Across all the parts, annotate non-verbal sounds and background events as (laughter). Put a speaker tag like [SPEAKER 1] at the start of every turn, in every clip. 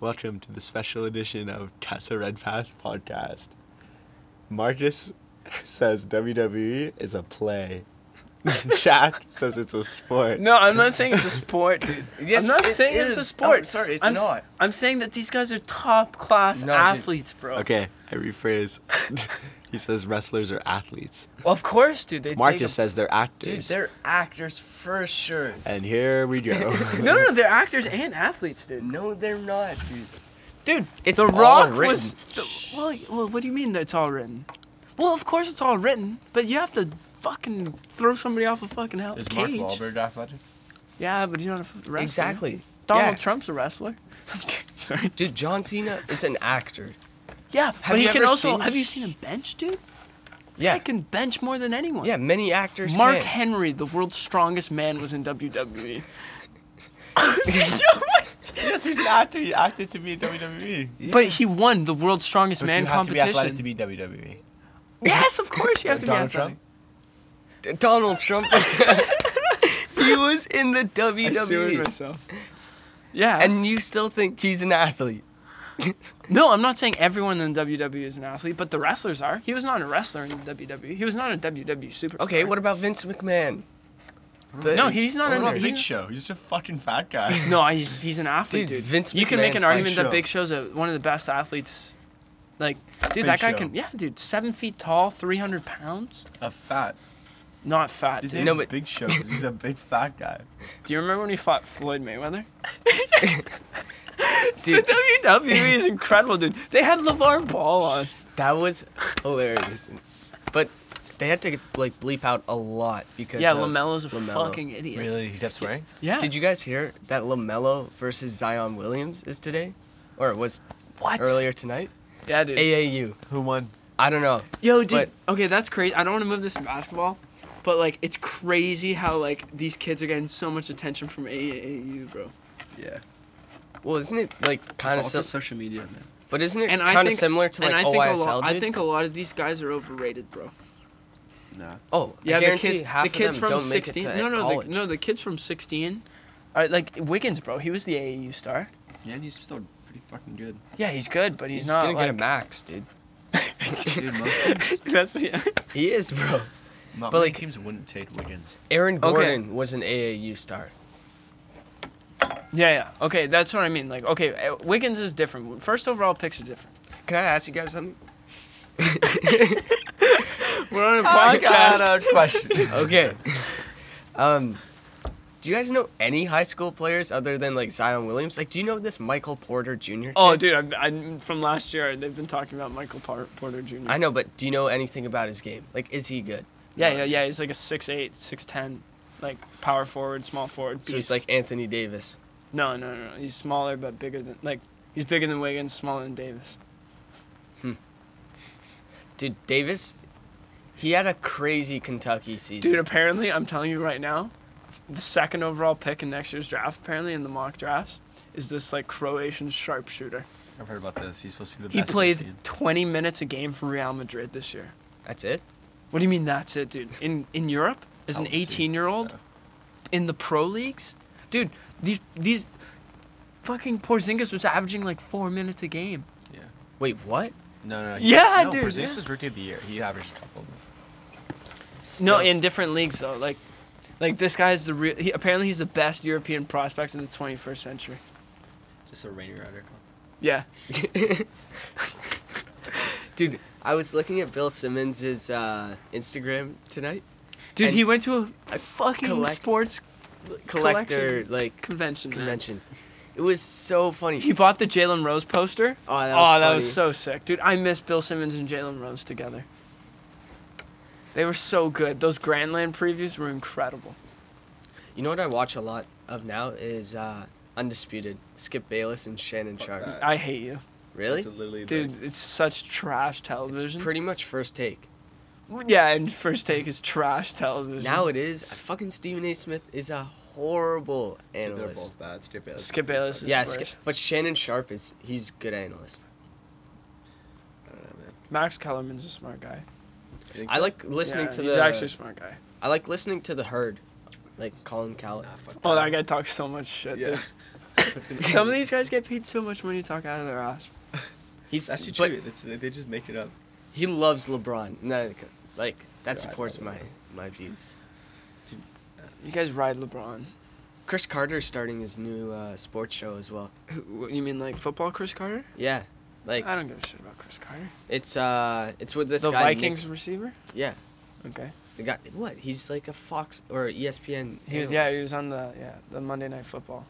[SPEAKER 1] Welcome to the special edition of Tessa Redpath podcast. Marcus says WWE is a play. (laughs) Jack says it's a sport.
[SPEAKER 2] No, I'm not saying it's a
[SPEAKER 3] (laughs)
[SPEAKER 2] sport.
[SPEAKER 3] Yes,
[SPEAKER 2] I'm not
[SPEAKER 3] it
[SPEAKER 2] saying it's a
[SPEAKER 3] is.
[SPEAKER 2] sport.
[SPEAKER 3] I'm sorry, it's
[SPEAKER 2] I'm s-
[SPEAKER 3] not.
[SPEAKER 2] I'm saying that these guys are top class
[SPEAKER 3] No, dude.
[SPEAKER 2] athletes, bro.
[SPEAKER 1] Okay, I rephrase. (laughs) he says wrestlers are athletes.
[SPEAKER 2] Of course, dude. They take
[SPEAKER 1] Marcus
[SPEAKER 2] a-
[SPEAKER 1] says they're
[SPEAKER 3] Dude,
[SPEAKER 1] actors.
[SPEAKER 3] they're actors for sure.
[SPEAKER 1] and here we (laughs) go.
[SPEAKER 2] no, no, they're actors and athletes, dude.
[SPEAKER 3] No, they're not, dude.
[SPEAKER 2] Dude,
[SPEAKER 3] It's
[SPEAKER 2] The
[SPEAKER 3] all
[SPEAKER 2] Rock
[SPEAKER 3] written.
[SPEAKER 2] was. The, well, well, what do you mean that it's all written? Well, of course it's all written, but you have to fucking throw somebody off a fucking hell
[SPEAKER 3] Is Mark
[SPEAKER 2] cage.
[SPEAKER 3] Wahlberg athletic?
[SPEAKER 2] Yeah, but he's not a f- wrestler.
[SPEAKER 3] Exactly.
[SPEAKER 2] Donald
[SPEAKER 3] Yeah.
[SPEAKER 2] Trump's a wrestler. (laughs) Sorry.
[SPEAKER 3] Dude, John Cena is an actor.
[SPEAKER 2] Yeah, but he
[SPEAKER 3] you
[SPEAKER 2] can
[SPEAKER 3] ever
[SPEAKER 2] also.
[SPEAKER 3] seen-
[SPEAKER 2] Have you seen him bench, dude?
[SPEAKER 3] Yeah,
[SPEAKER 2] I can bench more than anyone.
[SPEAKER 3] yeah, many actors.
[SPEAKER 2] Mark
[SPEAKER 3] can.
[SPEAKER 2] Henry, the world's strongest man, was in E.
[SPEAKER 3] (laughs)
[SPEAKER 2] WWE.
[SPEAKER 1] yes, he's an actor. He acted to be in E. WWE.
[SPEAKER 2] (laughs) But he won the world's strongest man competition.
[SPEAKER 1] be E? WWE.
[SPEAKER 3] (laughs)
[SPEAKER 2] yes, of course you have to be
[SPEAKER 1] Donald
[SPEAKER 2] athletic.
[SPEAKER 1] Trump?
[SPEAKER 3] D- Donald Trump. (laughs) is- he was in the WWE,
[SPEAKER 2] myself. E Yeah.
[SPEAKER 3] and you still think he's an athlete?
[SPEAKER 2] no, I'm not saying everyone in WWE is an athlete, but the wrestlers are. He was not a wrestler in the WWE. He was not a WWE superstar.
[SPEAKER 3] Okay, what about Vince McMahon? But-
[SPEAKER 2] No, he's not
[SPEAKER 3] What
[SPEAKER 2] an-
[SPEAKER 3] about
[SPEAKER 2] he's
[SPEAKER 3] Vince-
[SPEAKER 1] Big Show. He's just a fucking fat guy. (laughs)
[SPEAKER 2] No, he's, he's an athlete,
[SPEAKER 3] Dude,
[SPEAKER 2] dude.
[SPEAKER 3] Vince
[SPEAKER 2] you can make
[SPEAKER 3] McMahon
[SPEAKER 2] an
[SPEAKER 3] fight
[SPEAKER 2] argument that
[SPEAKER 1] show.
[SPEAKER 2] Big Show's a, one of the best athletes. Like, dude,
[SPEAKER 1] Big
[SPEAKER 2] that guy
[SPEAKER 1] Show.
[SPEAKER 2] can. Yeah, dude, seven feet tall, 300 pounds.
[SPEAKER 1] a fat.
[SPEAKER 2] Not fat.
[SPEAKER 1] His
[SPEAKER 2] Dude.
[SPEAKER 1] name's
[SPEAKER 3] No, but-
[SPEAKER 1] Big Show 'cause he's a big fat guy.
[SPEAKER 2] Do you remember when he fought Floyd Mayweather?
[SPEAKER 3] (laughs)
[SPEAKER 2] (laughs)
[SPEAKER 3] Dude, (laughs)
[SPEAKER 2] The WWE E is incredible, dude. They had LeVar Ball on.
[SPEAKER 3] that was hilarious. But they had to like bleep out a lot because
[SPEAKER 2] Yeah,
[SPEAKER 3] of
[SPEAKER 2] LaMelo's a
[SPEAKER 3] LaMelo.
[SPEAKER 2] fucking idiot.
[SPEAKER 1] Really? That's right.
[SPEAKER 2] Yeah.
[SPEAKER 3] (laughs) Did you guys hear that Lamelo versus Zion Williams is today, or it was
[SPEAKER 2] What?
[SPEAKER 3] earlier tonight?
[SPEAKER 2] Yeah, dude.
[SPEAKER 3] AAU.
[SPEAKER 1] Who won?
[SPEAKER 3] I don't know.
[SPEAKER 2] Yo, dude.
[SPEAKER 3] But-
[SPEAKER 2] okay, that's crazy. I don't want to move this to basketball, but like, it's crazy how like these kids are getting so much attention from AAU, bro.
[SPEAKER 1] Yeah.
[SPEAKER 3] Well, isn't it like kind of sim-
[SPEAKER 1] social media, man.
[SPEAKER 3] but isn't it
[SPEAKER 2] And I
[SPEAKER 3] kind of
[SPEAKER 2] think-
[SPEAKER 3] similar to like
[SPEAKER 2] and I think a
[SPEAKER 3] OISL?
[SPEAKER 2] lot. I
[SPEAKER 3] dude?
[SPEAKER 2] think a lot of these guys are overrated, bro.
[SPEAKER 1] Nah.
[SPEAKER 3] Oh,
[SPEAKER 2] Yeah,
[SPEAKER 3] I
[SPEAKER 2] the
[SPEAKER 3] guarantee
[SPEAKER 2] kids.
[SPEAKER 3] half
[SPEAKER 2] the kids
[SPEAKER 3] of them
[SPEAKER 2] from
[SPEAKER 3] don't
[SPEAKER 2] sixteen.
[SPEAKER 3] make it to
[SPEAKER 2] no, no,
[SPEAKER 3] college.
[SPEAKER 2] The, no. The kids from sixteen, are like Wiggins, bro. He was the AAU star.
[SPEAKER 1] Yeah, and he's still pretty fucking
[SPEAKER 2] (laughs)
[SPEAKER 1] good.
[SPEAKER 2] Yeah, he's good, but he's,
[SPEAKER 3] He's
[SPEAKER 2] not
[SPEAKER 3] gonna
[SPEAKER 2] like.
[SPEAKER 3] get a max, dude.
[SPEAKER 1] Dude, most teams,
[SPEAKER 2] (laughs) That's yeah.
[SPEAKER 3] He is, bro.
[SPEAKER 1] not
[SPEAKER 3] But,
[SPEAKER 1] many
[SPEAKER 3] like-
[SPEAKER 1] teams wouldn't take Wiggins.
[SPEAKER 3] Aaron
[SPEAKER 2] Okay.
[SPEAKER 3] Gordon was an AAU star.
[SPEAKER 2] Yeah, yeah. Okay, that's what I mean. Like, okay, uh, Wiggins is different. First overall picks are different.
[SPEAKER 3] Can I ask you guys something?
[SPEAKER 2] We're
[SPEAKER 3] Oh
[SPEAKER 2] on a podcast.
[SPEAKER 1] question.
[SPEAKER 2] (laughs)
[SPEAKER 3] Okay. (laughs) um, do you guys know any high school players other than like Zion Williams? Like, do you know this Michael Porter Jr.
[SPEAKER 2] Oh,
[SPEAKER 3] kid?
[SPEAKER 2] dude, I'm, I'm from last year. They've been talking about Michael Par- Porter Jr.
[SPEAKER 3] I know, but do you know anything about his game? Like, is he good?
[SPEAKER 2] Yeah, yeah, yeah. He's like a 6'8", 6'10", like power forward, small forward.
[SPEAKER 3] So he's
[SPEAKER 2] beast.
[SPEAKER 3] like Anthony Davis.
[SPEAKER 2] no, no, no, no. He's smaller but bigger than like he's bigger than Wiggins, smaller than Davis.
[SPEAKER 3] Dude, Davis, he had a crazy Kentucky season.
[SPEAKER 2] Dude, apparently, I'm telling you right now, the second overall pick in next year's draft, apparently in the mock drafts, is this like Croatian sharpshooter.
[SPEAKER 1] I've heard about this. He's supposed to be the
[SPEAKER 2] He
[SPEAKER 1] best. in the
[SPEAKER 2] played
[SPEAKER 1] team.
[SPEAKER 2] 20 minutes a game for Real Madrid this year.
[SPEAKER 3] That's it.
[SPEAKER 2] What do you mean that's it, dude? In in Europe, as an
[SPEAKER 1] Obviously,
[SPEAKER 2] 18 year old,
[SPEAKER 1] yeah.
[SPEAKER 2] in the pro leagues, dude, these these fucking Porzingis was averaging like four minutes a game.
[SPEAKER 1] Yeah.
[SPEAKER 3] Wait, what?
[SPEAKER 1] No, no. no
[SPEAKER 2] Yeah,
[SPEAKER 1] no,
[SPEAKER 2] dude,
[SPEAKER 1] Porzingis
[SPEAKER 2] yeah.
[SPEAKER 1] was rookie of the year. He averaged a couple.
[SPEAKER 2] No,
[SPEAKER 3] Still-
[SPEAKER 2] in different leagues though, like. Like this guy is the real. He, apparently, he's the best European prospect of the 21st century.
[SPEAKER 1] Just a rainy rider.
[SPEAKER 2] Yeah,
[SPEAKER 3] Dude, I was looking at Bill Simmons' uh, Instagram tonight.
[SPEAKER 2] dude,
[SPEAKER 3] And
[SPEAKER 2] he went to a, fucking
[SPEAKER 3] collect-
[SPEAKER 2] sports
[SPEAKER 3] Collector,
[SPEAKER 2] Collection.
[SPEAKER 3] like,
[SPEAKER 2] convention. man.
[SPEAKER 3] convention. It was so funny.
[SPEAKER 2] He bought the Jalen Rose poster.
[SPEAKER 3] Oh, that
[SPEAKER 2] oh,
[SPEAKER 3] was
[SPEAKER 2] that was so
[SPEAKER 3] funny.
[SPEAKER 2] sick, dude. I miss Bill Simmons and Jalen Rose together. They were so good. Those Grandland previews were incredible.
[SPEAKER 3] You know what I watch a lot of now is uh, Undisputed, Skip Bayless and Shannon Sharp.
[SPEAKER 1] that.
[SPEAKER 2] I hate you,
[SPEAKER 3] Really?
[SPEAKER 1] literally
[SPEAKER 2] dude. It's such trash
[SPEAKER 3] It's
[SPEAKER 2] television.
[SPEAKER 3] pretty much first take.
[SPEAKER 2] yeah, and first take is trash television.
[SPEAKER 3] Now it is. Fucking Stephen A. Smith is a horrible analyst.
[SPEAKER 1] bad. Skip Bayless.
[SPEAKER 2] Skip Bayless is
[SPEAKER 3] Yeah,
[SPEAKER 2] worse.
[SPEAKER 3] Skip, but Shannon Sharp is he's good analyst.
[SPEAKER 1] I don't know, man.
[SPEAKER 2] Max Kellerman's a smart guy.
[SPEAKER 1] You think
[SPEAKER 3] I
[SPEAKER 1] so?
[SPEAKER 3] like listening
[SPEAKER 2] Yeah,
[SPEAKER 3] to
[SPEAKER 2] he's
[SPEAKER 3] the.
[SPEAKER 2] actually a smart guy.
[SPEAKER 3] I like listening to the herd, like Colin Oh, Cowell.
[SPEAKER 1] Nah, fuck
[SPEAKER 2] Oh, that guy talks so much shit.
[SPEAKER 1] Yeah. (laughs)
[SPEAKER 2] dude. Some of these guys get paid so much money to talk out of their ass.
[SPEAKER 3] He's
[SPEAKER 1] That's
[SPEAKER 3] but
[SPEAKER 1] true. That's, they just make
[SPEAKER 2] (laughs)
[SPEAKER 1] it up.
[SPEAKER 3] He loves LeBron. No, like that
[SPEAKER 1] Yeah, I
[SPEAKER 3] supports
[SPEAKER 1] don't
[SPEAKER 3] my
[SPEAKER 1] know.
[SPEAKER 3] my views.
[SPEAKER 2] You guys ride LeBron.
[SPEAKER 3] Chris Carter's starting his new uh, sports show as well.
[SPEAKER 2] Who- what, You mean like football, Chris Carter?
[SPEAKER 3] Yeah, like
[SPEAKER 2] I don't give a shit about Chris Carter.
[SPEAKER 3] it's uh it's with this
[SPEAKER 2] the
[SPEAKER 3] guy. Nick-
[SPEAKER 2] Vikings receiver.
[SPEAKER 3] yeah,
[SPEAKER 2] Okay.
[SPEAKER 3] the guy. What? He's like a Fox or E ESPN.
[SPEAKER 2] He was yeah.
[SPEAKER 3] analyst.
[SPEAKER 2] He was on the yeah the Monday Night Football.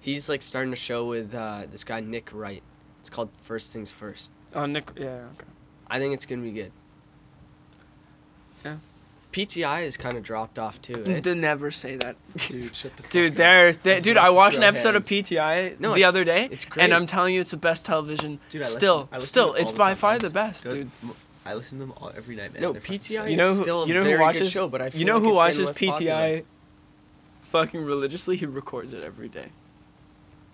[SPEAKER 3] He's like starting a show with uh, this guy Nick Wright. It's called First Things First.
[SPEAKER 2] Oh Nick. Yeah. Okay.
[SPEAKER 3] I think it's gonna be good.
[SPEAKER 2] Yeah.
[SPEAKER 3] PTI has kind of dropped off too. eh?
[SPEAKER 2] Dude, never say that, dude.
[SPEAKER 1] Dude, shut the fuck
[SPEAKER 2] Dude,
[SPEAKER 1] up.
[SPEAKER 2] they're, they, dude. I watched an
[SPEAKER 1] Throw
[SPEAKER 2] episode
[SPEAKER 1] hands.
[SPEAKER 2] of PTI
[SPEAKER 3] No,
[SPEAKER 2] the
[SPEAKER 3] it's-
[SPEAKER 2] other day,
[SPEAKER 3] it's great.
[SPEAKER 2] and I'm telling you, it's the best television.
[SPEAKER 1] Dude, I
[SPEAKER 2] still,
[SPEAKER 1] listen- I listen
[SPEAKER 2] still,
[SPEAKER 1] to them
[SPEAKER 2] it's
[SPEAKER 1] all
[SPEAKER 2] by
[SPEAKER 1] time,
[SPEAKER 2] far
[SPEAKER 1] man.
[SPEAKER 2] the best,
[SPEAKER 1] Good.
[SPEAKER 2] dude.
[SPEAKER 1] M- I listen to them all every night, man.
[SPEAKER 3] No,
[SPEAKER 1] They're fucking
[SPEAKER 3] PTI
[SPEAKER 1] sick.
[SPEAKER 3] It's
[SPEAKER 2] You know,
[SPEAKER 3] still a
[SPEAKER 2] who, you know
[SPEAKER 3] very
[SPEAKER 2] who
[SPEAKER 3] good
[SPEAKER 2] watches
[SPEAKER 3] show, but I feel
[SPEAKER 2] you know
[SPEAKER 3] like
[SPEAKER 2] who
[SPEAKER 3] it's getting
[SPEAKER 2] watches
[SPEAKER 3] less
[SPEAKER 2] PTI
[SPEAKER 3] popular.
[SPEAKER 2] fucking religiously. He records it every day.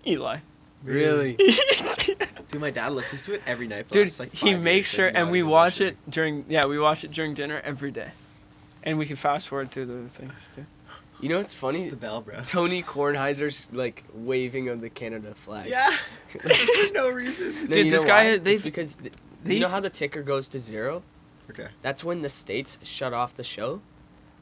[SPEAKER 2] Eli. (laughs)
[SPEAKER 3] Really?
[SPEAKER 1] Dude, my dad listens to it every night. for the
[SPEAKER 2] dude,
[SPEAKER 1] last, like,
[SPEAKER 2] he
[SPEAKER 1] five years,
[SPEAKER 2] makes sure,
[SPEAKER 1] like,
[SPEAKER 2] and
[SPEAKER 1] not
[SPEAKER 2] we
[SPEAKER 1] even
[SPEAKER 2] watch
[SPEAKER 1] listening.
[SPEAKER 2] it during yeah, we watch it during dinner every day, and we can fast forward through the things too.
[SPEAKER 3] You know what's funny?
[SPEAKER 1] Just the bell, (laughs) bro.
[SPEAKER 3] Tony Kornheiser's like waving of the Canada flag.
[SPEAKER 1] Yeah. (laughs) For no (laughs) reason.
[SPEAKER 3] No,
[SPEAKER 2] Dude,
[SPEAKER 3] you
[SPEAKER 2] this
[SPEAKER 3] know
[SPEAKER 2] guy-
[SPEAKER 3] why? It's
[SPEAKER 2] they've-
[SPEAKER 3] because th-
[SPEAKER 2] they
[SPEAKER 3] you know
[SPEAKER 2] used-
[SPEAKER 3] how the ticker goes to zero.
[SPEAKER 1] Okay.
[SPEAKER 3] That's when the states shut off the show,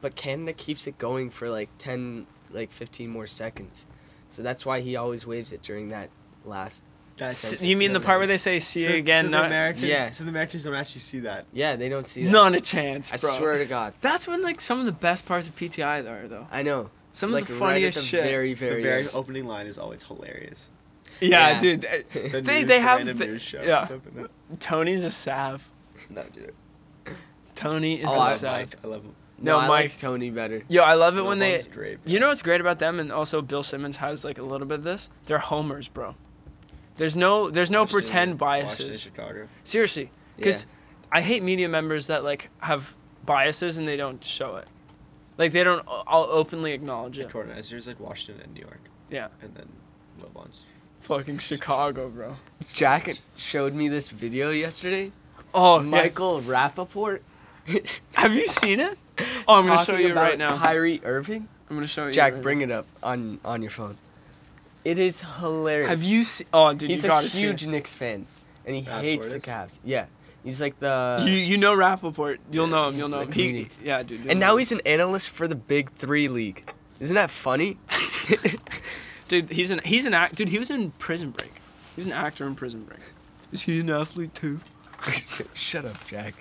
[SPEAKER 3] but Canada keeps it going for like ten, like fifteen more seconds. So that's why he always waves it during that last.
[SPEAKER 1] That's
[SPEAKER 2] S- you mean the part where they say "see you again"?
[SPEAKER 1] So the
[SPEAKER 2] not,
[SPEAKER 1] Americans,
[SPEAKER 3] Yeah.
[SPEAKER 1] So the Americans don't actually see that.
[SPEAKER 3] Yeah, they don't see. That.
[SPEAKER 2] not a chance,
[SPEAKER 3] I
[SPEAKER 2] bro.
[SPEAKER 3] swear to God.
[SPEAKER 2] That's when like some of the best parts of PTI are though.
[SPEAKER 3] I know.
[SPEAKER 2] Some
[SPEAKER 3] like,
[SPEAKER 2] of the
[SPEAKER 3] right at
[SPEAKER 2] funniest
[SPEAKER 3] the
[SPEAKER 2] shit.
[SPEAKER 3] Very,
[SPEAKER 1] The
[SPEAKER 3] very.
[SPEAKER 1] very
[SPEAKER 3] end.
[SPEAKER 1] opening line is always hilarious.
[SPEAKER 2] yeah,
[SPEAKER 3] Yeah. (laughs)
[SPEAKER 2] dude. uh,
[SPEAKER 1] The
[SPEAKER 2] they
[SPEAKER 1] news,
[SPEAKER 2] they
[SPEAKER 1] the
[SPEAKER 2] have
[SPEAKER 1] random
[SPEAKER 2] the-
[SPEAKER 1] news show.
[SPEAKER 2] yeah.
[SPEAKER 1] comes up and then-
[SPEAKER 2] Tony's a sav.
[SPEAKER 1] (laughs) No, dude.
[SPEAKER 2] Tony is
[SPEAKER 3] Oh,
[SPEAKER 1] I
[SPEAKER 2] a
[SPEAKER 3] I-
[SPEAKER 1] love
[SPEAKER 2] sav.
[SPEAKER 1] Mike. I love him.
[SPEAKER 3] no,
[SPEAKER 2] No,
[SPEAKER 3] I
[SPEAKER 2] Mike-
[SPEAKER 3] like Tony better.
[SPEAKER 2] Yo, I love it when they.
[SPEAKER 1] LeBron's great,
[SPEAKER 2] You know what's great about them, and also Bill Simmons has like a little bit of this. They're homers, bro. There's no there's no
[SPEAKER 1] Washington,
[SPEAKER 2] pretend
[SPEAKER 1] Washington,
[SPEAKER 2] biases.
[SPEAKER 1] Chicago.
[SPEAKER 2] Seriously, because I hate media members that like have biases and they don't show it. Like they don't o- all openly acknowledge
[SPEAKER 1] Yeah.
[SPEAKER 2] it.
[SPEAKER 1] Cornizers like Washington and New York,
[SPEAKER 2] Yeah,
[SPEAKER 1] and then LeBron's.
[SPEAKER 2] fucking Chicago, bro.
[SPEAKER 3] Jack showed me this video yesterday.
[SPEAKER 2] Oh, Michael,
[SPEAKER 3] Michael Rappaport.
[SPEAKER 2] have you seen it? Oh, I'm gonna show
[SPEAKER 3] talking
[SPEAKER 2] you
[SPEAKER 3] about
[SPEAKER 2] right now.
[SPEAKER 3] Kyrie Irving.
[SPEAKER 2] I'm gonna show you.
[SPEAKER 3] Jack,
[SPEAKER 2] right
[SPEAKER 3] bring it up on on your phone. It is hilarious.
[SPEAKER 2] now. Have you seen? Oh, dude,
[SPEAKER 3] He's
[SPEAKER 2] you
[SPEAKER 3] a
[SPEAKER 2] gotta see.
[SPEAKER 3] huge
[SPEAKER 2] it.
[SPEAKER 3] Knicks fan, and he
[SPEAKER 1] Rappaport
[SPEAKER 3] hates the
[SPEAKER 1] is?
[SPEAKER 3] Cavs. Yeah, he's like the.
[SPEAKER 2] you you know Rappaport. You'll
[SPEAKER 3] Yeah,
[SPEAKER 2] know him.
[SPEAKER 3] he's
[SPEAKER 2] You'll know
[SPEAKER 3] the
[SPEAKER 2] him. He,
[SPEAKER 3] comedian.
[SPEAKER 2] yeah, dude. you'll
[SPEAKER 3] and
[SPEAKER 2] know
[SPEAKER 3] now
[SPEAKER 2] him.
[SPEAKER 3] he's an analyst for the Big Three league. Isn't that funny?
[SPEAKER 2] (laughs)
[SPEAKER 3] (laughs)
[SPEAKER 2] Dude, he's an he's an act. Dude, he was in Prison Break. He was an actor in Prison Break. Is he an athlete too?
[SPEAKER 3] Shut up, Jack.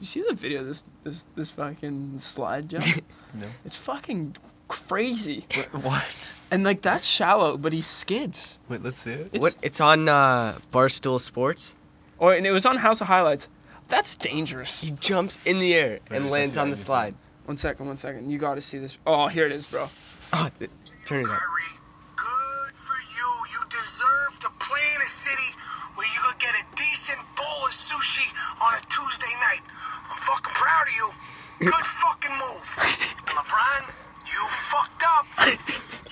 [SPEAKER 2] You see the video? of This this this fucking slide
[SPEAKER 3] (laughs)
[SPEAKER 2] jump.
[SPEAKER 1] No.
[SPEAKER 2] it's fucking crazy.
[SPEAKER 1] (laughs) What?
[SPEAKER 2] And like that's shallow, but he skids.
[SPEAKER 1] Wait, let's see it.
[SPEAKER 2] It's,
[SPEAKER 3] what? It's on uh, Barstool Sports.
[SPEAKER 2] Or Oh, and it was on House of Highlights. That's
[SPEAKER 3] He
[SPEAKER 2] dangerous.
[SPEAKER 3] jumps in the air
[SPEAKER 1] Wait,
[SPEAKER 3] and
[SPEAKER 1] I
[SPEAKER 3] lands
[SPEAKER 1] see,
[SPEAKER 3] on
[SPEAKER 1] I
[SPEAKER 3] the
[SPEAKER 1] see.
[SPEAKER 3] slide.
[SPEAKER 2] One second, one second. You got to see this. Oh, here it is, bro.
[SPEAKER 3] Oh, th- turn it up.
[SPEAKER 4] Curry, good for you. You deserve to play in a city where you could get a decent bowl of sushi on a Tuesday night. I'm fucking proud of you. Good
[SPEAKER 3] (laughs)
[SPEAKER 4] fucking move. LeBron, you fucked up.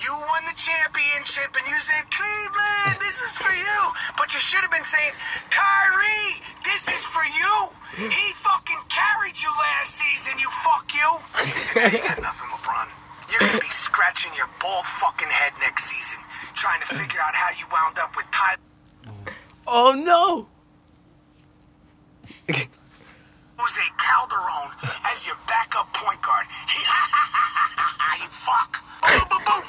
[SPEAKER 4] You won the championship and you said, Cleveland, this is for you. But you should have been saying, Kyrie, this is for you. He fucking carried you last season, you fuck you. Yeah, you got nothing, LeBron. You're gonna be scratching your bald fucking head next season, trying to figure out how you wound up with Tyler
[SPEAKER 2] Oh no!
[SPEAKER 4] Jose Calderon as your backup point guard. (laughs) you fuck. Boom, boom, boom.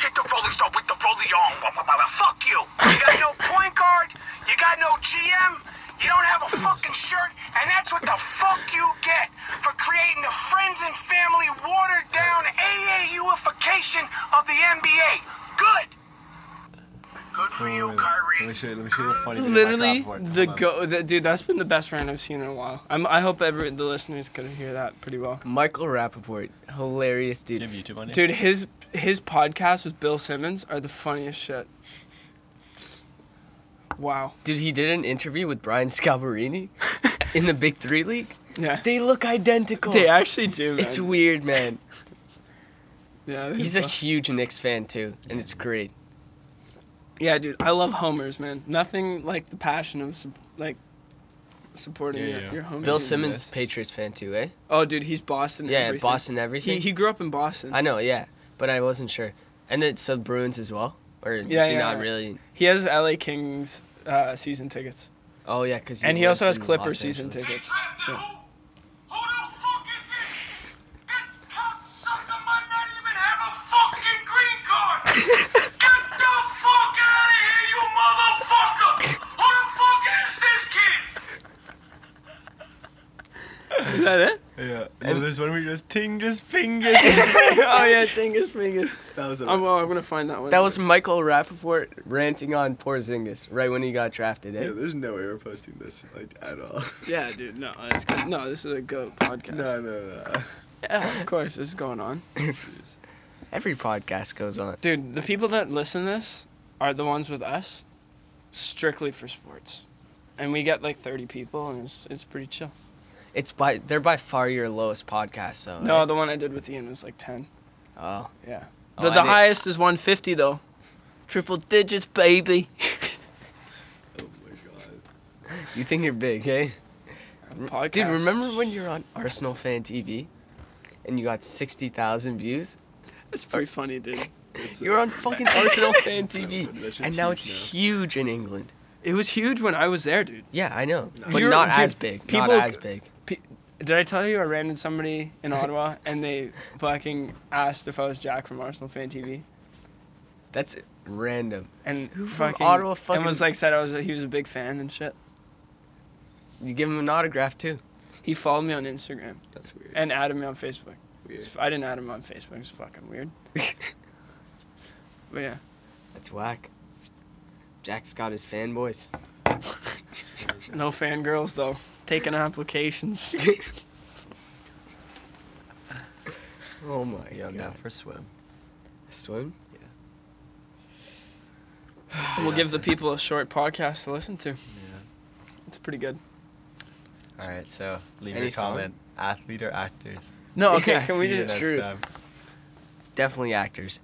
[SPEAKER 4] Hit the rolling stone with the rolling on. Blah, blah, blah, blah. Fuck you. You got no point guard. You got no GM. You don't have a fucking shirt, and that's what the fuck you get for creating the friends and family watered down AAUification of the NBA. Good. Good for
[SPEAKER 1] Wait,
[SPEAKER 4] you,
[SPEAKER 1] wait, wait.
[SPEAKER 4] Kyrie.
[SPEAKER 1] Let me show you. Let me show you the funny video. about
[SPEAKER 2] Literally,
[SPEAKER 1] Rappaport.
[SPEAKER 2] the
[SPEAKER 1] Hold on.
[SPEAKER 2] go. The, dude, that's been the best rant I've seen in a while. I'm, I hope every the listeners could hear that pretty well.
[SPEAKER 3] Michael Rappaport, hilarious dude.
[SPEAKER 1] Do you have YouTube on you?
[SPEAKER 2] Dude, his his podcast with Bill Simmons are the funniest shit. Wow. (laughs)
[SPEAKER 3] Dude, he did an interview with Brian Scalbarini (laughs) in the Big Three League.
[SPEAKER 2] Yeah.
[SPEAKER 3] They look identical.
[SPEAKER 2] They actually do. Man.
[SPEAKER 3] It's weird,
[SPEAKER 2] (laughs)
[SPEAKER 3] man.
[SPEAKER 2] Yeah. they
[SPEAKER 3] He's a
[SPEAKER 2] do.
[SPEAKER 3] huge Knicks fan too, and it's great.
[SPEAKER 2] Yeah, dude. I love homers, man. Nothing like the passion of sup- like supporting
[SPEAKER 1] Yeah,
[SPEAKER 2] your,
[SPEAKER 1] yeah.
[SPEAKER 2] your home
[SPEAKER 3] Bill
[SPEAKER 2] team.
[SPEAKER 3] Simmons,
[SPEAKER 1] Yes.
[SPEAKER 3] Patriots fan too, eh?
[SPEAKER 2] Oh, dude, he's Boston.
[SPEAKER 3] Yeah,
[SPEAKER 2] everything.
[SPEAKER 3] Boston everything.
[SPEAKER 2] He, he grew up in Boston.
[SPEAKER 3] I know, yeah, but I wasn't sure. And then so Bruins as well, or is
[SPEAKER 2] Yeah,
[SPEAKER 3] he
[SPEAKER 2] yeah,
[SPEAKER 3] not
[SPEAKER 2] yeah.
[SPEAKER 3] really?
[SPEAKER 2] He has LA Kings uh, season tickets.
[SPEAKER 3] Oh yeah, because
[SPEAKER 2] And he also has Clipper season
[SPEAKER 4] They
[SPEAKER 2] tickets.
[SPEAKER 4] drafted who? Who the fuck is it? This cocksucker might not even have a fucking green card. Get the fuck out of here, you motherfucker! Who the fuck is this kid?
[SPEAKER 2] Is that it?
[SPEAKER 1] Yeah. No, there's one where you just ting, just ping, (laughs) just.
[SPEAKER 2] (laughs) oh yeah, Tingus Pingus.
[SPEAKER 1] that was
[SPEAKER 2] I'm, oh, I'm gonna find that one.
[SPEAKER 3] That was Michael Rappaport ranting on Porzingis right when he got drafted, eh?
[SPEAKER 1] Yeah, there's no way we're posting this like at all.
[SPEAKER 2] yeah, dude. No, it's good. No, this is a good podcast.
[SPEAKER 1] (laughs) no, no, no.
[SPEAKER 2] Yeah, of course, this is going on.
[SPEAKER 3] Every podcast goes on.
[SPEAKER 2] Dude, the people that listen to this are the ones with us, strictly for sports, and we get like 30 people, and it's it's pretty chill.
[SPEAKER 3] It's by they're by far your lowest podcast, though.
[SPEAKER 2] No,
[SPEAKER 3] eh?
[SPEAKER 2] the one I did with Ian was like 10.
[SPEAKER 3] Oh.
[SPEAKER 2] Yeah.
[SPEAKER 3] Oh,
[SPEAKER 2] The,
[SPEAKER 3] I
[SPEAKER 2] the
[SPEAKER 3] did-
[SPEAKER 2] highest is 150 though. Triple digits, baby.
[SPEAKER 1] Oh my god.
[SPEAKER 3] You think you're big, eh?
[SPEAKER 2] Podcast.
[SPEAKER 3] Dude, remember when you were on Arsenal Fan TV and you got 60,000 views?
[SPEAKER 2] It's pretty funny, dude.
[SPEAKER 1] It's,
[SPEAKER 3] You were on fucking Arsenal Fan TV
[SPEAKER 1] That shit's
[SPEAKER 3] and now
[SPEAKER 1] huge
[SPEAKER 3] it's
[SPEAKER 1] now.
[SPEAKER 3] huge in England.
[SPEAKER 2] It was huge when I was there, dude.
[SPEAKER 3] Yeah, I know. But
[SPEAKER 2] You're-
[SPEAKER 3] not
[SPEAKER 2] dude,
[SPEAKER 3] as big.
[SPEAKER 2] people-
[SPEAKER 3] not as big.
[SPEAKER 2] Did I tell you I ran into somebody in
[SPEAKER 3] (laughs)
[SPEAKER 2] Ottawa and they fucking asked if I was Jack from Arsenal Fan TV?
[SPEAKER 3] That's random.
[SPEAKER 2] And
[SPEAKER 3] Who from
[SPEAKER 2] fucking-
[SPEAKER 3] Ottawa
[SPEAKER 2] and
[SPEAKER 3] fucking-
[SPEAKER 2] was like said I was he was a big fan and shit.
[SPEAKER 3] You give him an autograph too.
[SPEAKER 2] He followed me on Instagram
[SPEAKER 1] That's weird.
[SPEAKER 2] and added me on Facebook.
[SPEAKER 1] weird.
[SPEAKER 2] I didn't add him on Facebook. It's fucking
[SPEAKER 3] (laughs)
[SPEAKER 2] weird. But yeah,
[SPEAKER 3] That's whack. Jack's got his fanboys.
[SPEAKER 2] no fangirls though.
[SPEAKER 1] (laughs)
[SPEAKER 2] Taking applications.
[SPEAKER 3] Oh my
[SPEAKER 1] Yeah, I'm
[SPEAKER 3] god.
[SPEAKER 1] down for a swim.
[SPEAKER 3] Swim?
[SPEAKER 2] And we'll give the people a short podcast to listen to.
[SPEAKER 1] Yeah.
[SPEAKER 2] It's pretty good.
[SPEAKER 1] All right, so leave
[SPEAKER 3] Any
[SPEAKER 1] your
[SPEAKER 3] song?
[SPEAKER 1] comment. Athlete or actors?
[SPEAKER 2] No,
[SPEAKER 1] (laughs)
[SPEAKER 2] okay.
[SPEAKER 3] Yeah,
[SPEAKER 2] can we
[SPEAKER 1] See you
[SPEAKER 2] just
[SPEAKER 1] next
[SPEAKER 2] Drew,
[SPEAKER 1] time.
[SPEAKER 3] Definitely actors.